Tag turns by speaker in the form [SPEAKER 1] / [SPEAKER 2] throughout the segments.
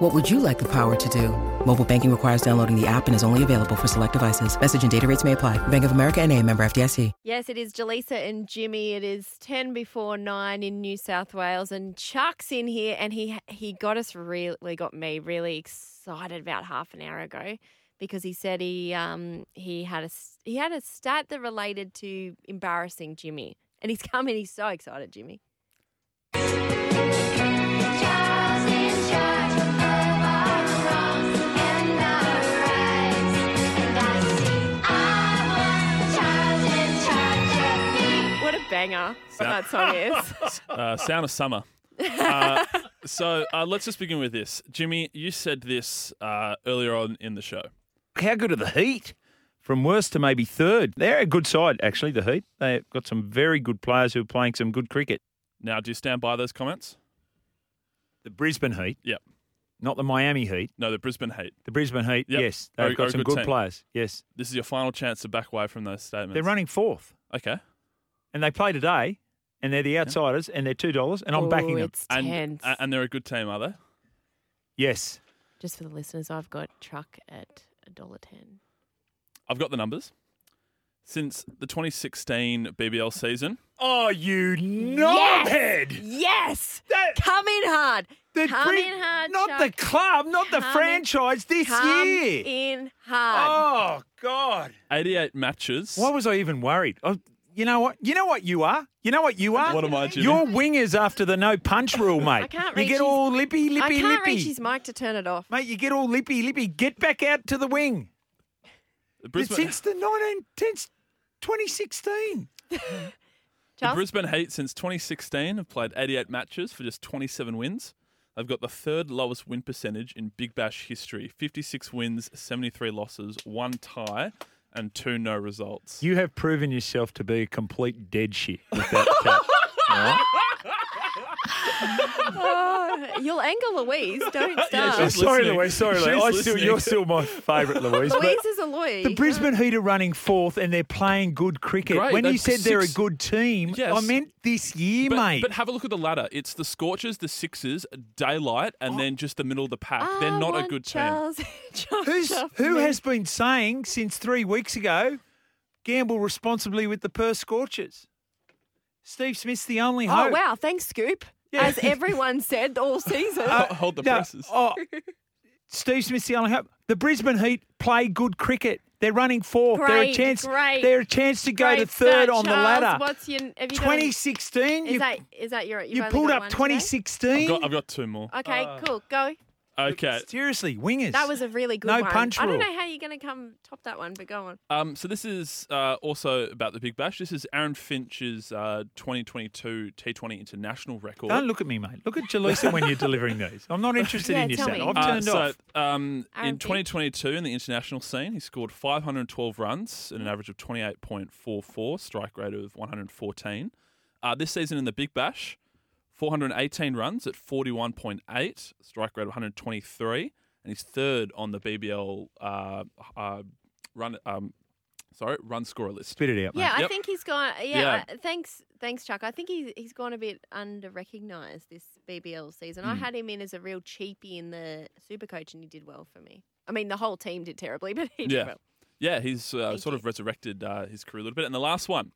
[SPEAKER 1] What would you like the power to do? Mobile banking requires downloading the app and is only available for select devices. Message and data rates may apply. Bank of America and a member FDIC.
[SPEAKER 2] Yes, it is Jaleesa and Jimmy. It is 10 before 9 in New South Wales and Chuck's in here and he he got us really got me really excited about half an hour ago because he said he um he had a s- he had a stat that related to embarrassing Jimmy. And he's come and he's so excited, Jimmy.
[SPEAKER 3] Charles in charge of our wrongs and our rights, and I see I want Charles in charge of me.
[SPEAKER 2] What a banger what that song is.
[SPEAKER 4] Uh, sound of summer. Uh, so uh, let's just begin with this. Jimmy, you said this uh, earlier on in the show.
[SPEAKER 5] How good are the Heat? From worst to maybe third. They're a good side, actually, the Heat. They've got some very good players who are playing some good cricket.
[SPEAKER 4] Now, do you stand by those comments?
[SPEAKER 5] The Brisbane Heat,
[SPEAKER 4] Yep.
[SPEAKER 5] not the Miami Heat.
[SPEAKER 4] No, the Brisbane hate.
[SPEAKER 5] The Brisbane Heat,
[SPEAKER 4] Yep.
[SPEAKER 5] yes.
[SPEAKER 4] Are-
[SPEAKER 5] They've
[SPEAKER 4] are a
[SPEAKER 5] got some
[SPEAKER 4] good
[SPEAKER 5] good
[SPEAKER 4] team.
[SPEAKER 5] players, yes.
[SPEAKER 4] This is your final chance to back away from those statements.
[SPEAKER 5] They're running fourth,
[SPEAKER 4] Okay.
[SPEAKER 5] and they play today, and they're the outsiders, and they're $2, and uh, I'm backing
[SPEAKER 2] Ooh,
[SPEAKER 5] them.
[SPEAKER 2] Oh, It's
[SPEAKER 4] And,
[SPEAKER 2] tense.
[SPEAKER 4] a- and they're a good team, are they?
[SPEAKER 5] Yes.
[SPEAKER 2] Just for the listeners, I've got Chuck at a dollar ten.
[SPEAKER 4] I've got the numbers. Since the 2016 BBL season,
[SPEAKER 5] Oh, you knobhead!
[SPEAKER 2] Yes! Yes!
[SPEAKER 5] That-
[SPEAKER 2] Come in hard.
[SPEAKER 5] The
[SPEAKER 2] Come
[SPEAKER 5] Bri-
[SPEAKER 2] in hard.
[SPEAKER 5] Not
[SPEAKER 2] Chuck.
[SPEAKER 5] the club, not the
[SPEAKER 2] Come in-
[SPEAKER 5] franchise this
[SPEAKER 2] Come
[SPEAKER 5] year.
[SPEAKER 2] in hard.
[SPEAKER 5] Oh, God.
[SPEAKER 4] 88 matches.
[SPEAKER 5] Why was I even worried? Oh, you know what? You know what you are? You know what you are?
[SPEAKER 4] What am I, Jimmy?
[SPEAKER 5] You're wingers after the no punch rule, mate.
[SPEAKER 2] I can't
[SPEAKER 5] You
[SPEAKER 2] reach
[SPEAKER 5] get
[SPEAKER 2] his-
[SPEAKER 5] all lippy, lippy,
[SPEAKER 2] I can't
[SPEAKER 5] lippy.
[SPEAKER 2] reach his mic to turn it off.
[SPEAKER 5] Mate, you get all lippy, lippy. Get back out to the wing.
[SPEAKER 4] the Brisbane,
[SPEAKER 5] Since the 19, since 2016.
[SPEAKER 4] the
[SPEAKER 2] Charles,
[SPEAKER 4] Brisbane Heat since 2016 have played 88 matches for just 27 wins. They've got the third lowest win percentage in Big Bash history 56 wins, 73 losses, one tie, and two no results.
[SPEAKER 5] You have proven yourself to be a complete dead shit with that cap. All right?
[SPEAKER 2] oh, you'll anger Louise. Don't
[SPEAKER 4] Yeah,
[SPEAKER 2] start.
[SPEAKER 4] she's
[SPEAKER 5] sorry,
[SPEAKER 4] listening.
[SPEAKER 5] Louise. Sorry, Louise.
[SPEAKER 4] She's
[SPEAKER 5] I still,
[SPEAKER 4] listening.
[SPEAKER 5] you're still my favourite, Louise. but-
[SPEAKER 2] Louise is a lawyer.
[SPEAKER 5] The Brisbane Heat are running fourth and they're playing good cricket.
[SPEAKER 4] Great,
[SPEAKER 5] when you
[SPEAKER 4] they've
[SPEAKER 5] said they they're a
[SPEAKER 4] six-
[SPEAKER 5] good team, I
[SPEAKER 4] Yes.
[SPEAKER 5] meant this year,
[SPEAKER 4] but,
[SPEAKER 5] mate.
[SPEAKER 4] but have a look at the ladder. It's the Scorchers, the Sixers, Daylight, and then just the middle of the pack.
[SPEAKER 2] I
[SPEAKER 4] They're not a
[SPEAKER 2] want
[SPEAKER 4] good team.
[SPEAKER 2] Charles, Charles
[SPEAKER 5] Who's,
[SPEAKER 2] Charles
[SPEAKER 5] who
[SPEAKER 2] Mann.
[SPEAKER 5] has been saying since three weeks ago, gamble responsibly with the Perth Scorchers? Steve Smith's the only
[SPEAKER 2] Oh
[SPEAKER 5] hope.
[SPEAKER 2] wow! Thanks, Scoop.
[SPEAKER 5] Yeah. Uh,
[SPEAKER 2] As everyone said all season.
[SPEAKER 4] Oh, hold the
[SPEAKER 5] No,
[SPEAKER 4] presses.
[SPEAKER 5] oh, Steve Smith's the only hope. The Brisbane Heat play good cricket. They're running fourth. they're a
[SPEAKER 2] Great,
[SPEAKER 5] chance.
[SPEAKER 2] great.
[SPEAKER 5] They're a chance to go to
[SPEAKER 2] Great
[SPEAKER 5] third
[SPEAKER 2] start,
[SPEAKER 5] on the
[SPEAKER 2] Charles.
[SPEAKER 5] ladder.
[SPEAKER 2] What's your have you done-
[SPEAKER 5] 2016.
[SPEAKER 2] Is
[SPEAKER 5] you
[SPEAKER 2] that is that your? you've
[SPEAKER 5] you
[SPEAKER 2] only
[SPEAKER 5] pulled
[SPEAKER 2] got
[SPEAKER 5] up
[SPEAKER 2] one today?
[SPEAKER 5] 2016.
[SPEAKER 4] I've got, I've got two more.
[SPEAKER 2] Okay, cool. Go.
[SPEAKER 4] Okay.
[SPEAKER 5] Seriously, wingers.
[SPEAKER 2] That was a really good
[SPEAKER 5] no
[SPEAKER 2] one.
[SPEAKER 5] punch
[SPEAKER 2] I don't
[SPEAKER 5] rule.
[SPEAKER 2] know how you're going to come top that one, but go on.
[SPEAKER 4] Um, so this is uh, also about the Big Bash. This is Aaron Finch's uh, 2022 T20 international record.
[SPEAKER 5] Don't look at me, mate. Look at Jaleesa when you're delivering these. I'm not interested
[SPEAKER 2] Yeah,
[SPEAKER 5] in your
[SPEAKER 2] tell
[SPEAKER 5] sound.
[SPEAKER 2] me.
[SPEAKER 5] I've
[SPEAKER 4] Uh,
[SPEAKER 5] turned
[SPEAKER 4] so,
[SPEAKER 5] off.
[SPEAKER 4] Um,
[SPEAKER 2] Aaron
[SPEAKER 4] in
[SPEAKER 2] Finch.
[SPEAKER 4] 2022, in the international scene, he scored 512 runs at an average of 28.44, strike rate of 114. Uh, this season in the Big Bash, 418 runs at 41.8, strike rate of 123, and he's third on the BBL uh, uh, run um, sorry run scorer list.
[SPEAKER 5] Spit it out, mate.
[SPEAKER 2] Yeah, I
[SPEAKER 4] Yep.
[SPEAKER 2] think he's gone. Yeah,
[SPEAKER 4] Yeah.
[SPEAKER 2] I- thanks, thanks, Chuck. I think he's he's gone a bit under recognised this BBL season.
[SPEAKER 4] Hmm.
[SPEAKER 2] I had him in as a real cheapie in the Supercoach, and he did well for me. I mean, the whole team did terribly, but he did
[SPEAKER 4] Yeah.
[SPEAKER 2] well.
[SPEAKER 4] Yeah, he's uh,
[SPEAKER 2] Thank
[SPEAKER 4] sort of resurrected uh, his career a little bit. And the last one,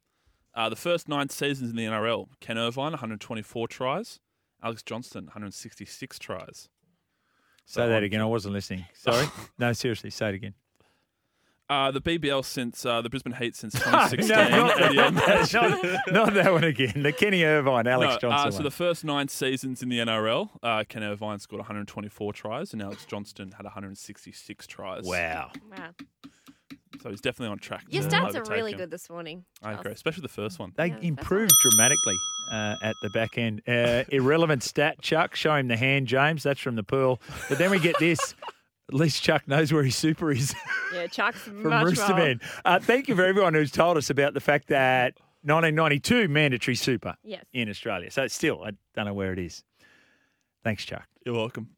[SPEAKER 4] uh, the first nine seasons in the NRL, Ken Irvine, 124 tries, Alex Johnston, 166 tries.
[SPEAKER 5] Say that again. I wasn't listening. Sorry. no, seriously. Say it again.
[SPEAKER 4] Uh, the BBL since uh, the Brisbane Heat since
[SPEAKER 5] Ah, No,
[SPEAKER 4] 2016.
[SPEAKER 5] not,
[SPEAKER 4] and the
[SPEAKER 5] not, not- not that one again. The Kenny Irvine, Alex
[SPEAKER 4] No,
[SPEAKER 5] Johnson.
[SPEAKER 4] Uh, so
[SPEAKER 5] one.
[SPEAKER 4] the first nine seasons in the NRL, uh, Ken Irvine scored 124 tries, and Alex Johnston had 166 tries.
[SPEAKER 5] wow.
[SPEAKER 2] Wow,
[SPEAKER 4] So he's definitely on track.
[SPEAKER 2] your
[SPEAKER 4] to
[SPEAKER 2] stats are
[SPEAKER 4] overtake
[SPEAKER 2] really
[SPEAKER 4] him.
[SPEAKER 2] good this morning.
[SPEAKER 4] I agree, especially the first one.
[SPEAKER 5] They
[SPEAKER 2] Yeah, that's
[SPEAKER 5] improved dramatically uh, at the back end. Uh, irrelevant stat, Chuck. Show him the hand, James. That's from the pool. But then we get this At least Chuck knows where his super is
[SPEAKER 2] Yeah, Chuck's from
[SPEAKER 5] from
[SPEAKER 2] much
[SPEAKER 5] Rooster
[SPEAKER 2] more-
[SPEAKER 5] Man. Uh, thank you for everyone who's told us about the fact that 1992 mandatory super
[SPEAKER 2] Yes.
[SPEAKER 5] in Australia. So it's still, I don't know where it is. Thanks, Chuck.
[SPEAKER 4] You're welcome.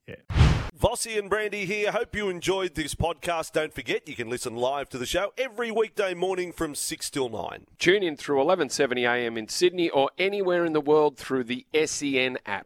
[SPEAKER 6] Vossi and Brandy here. Hope you enjoyed this podcast. Don't forget, you can listen live to the show every weekday morning from 6 till 9.
[SPEAKER 7] Tune in through 1170am in Sydney or anywhere in the world through the SEN app.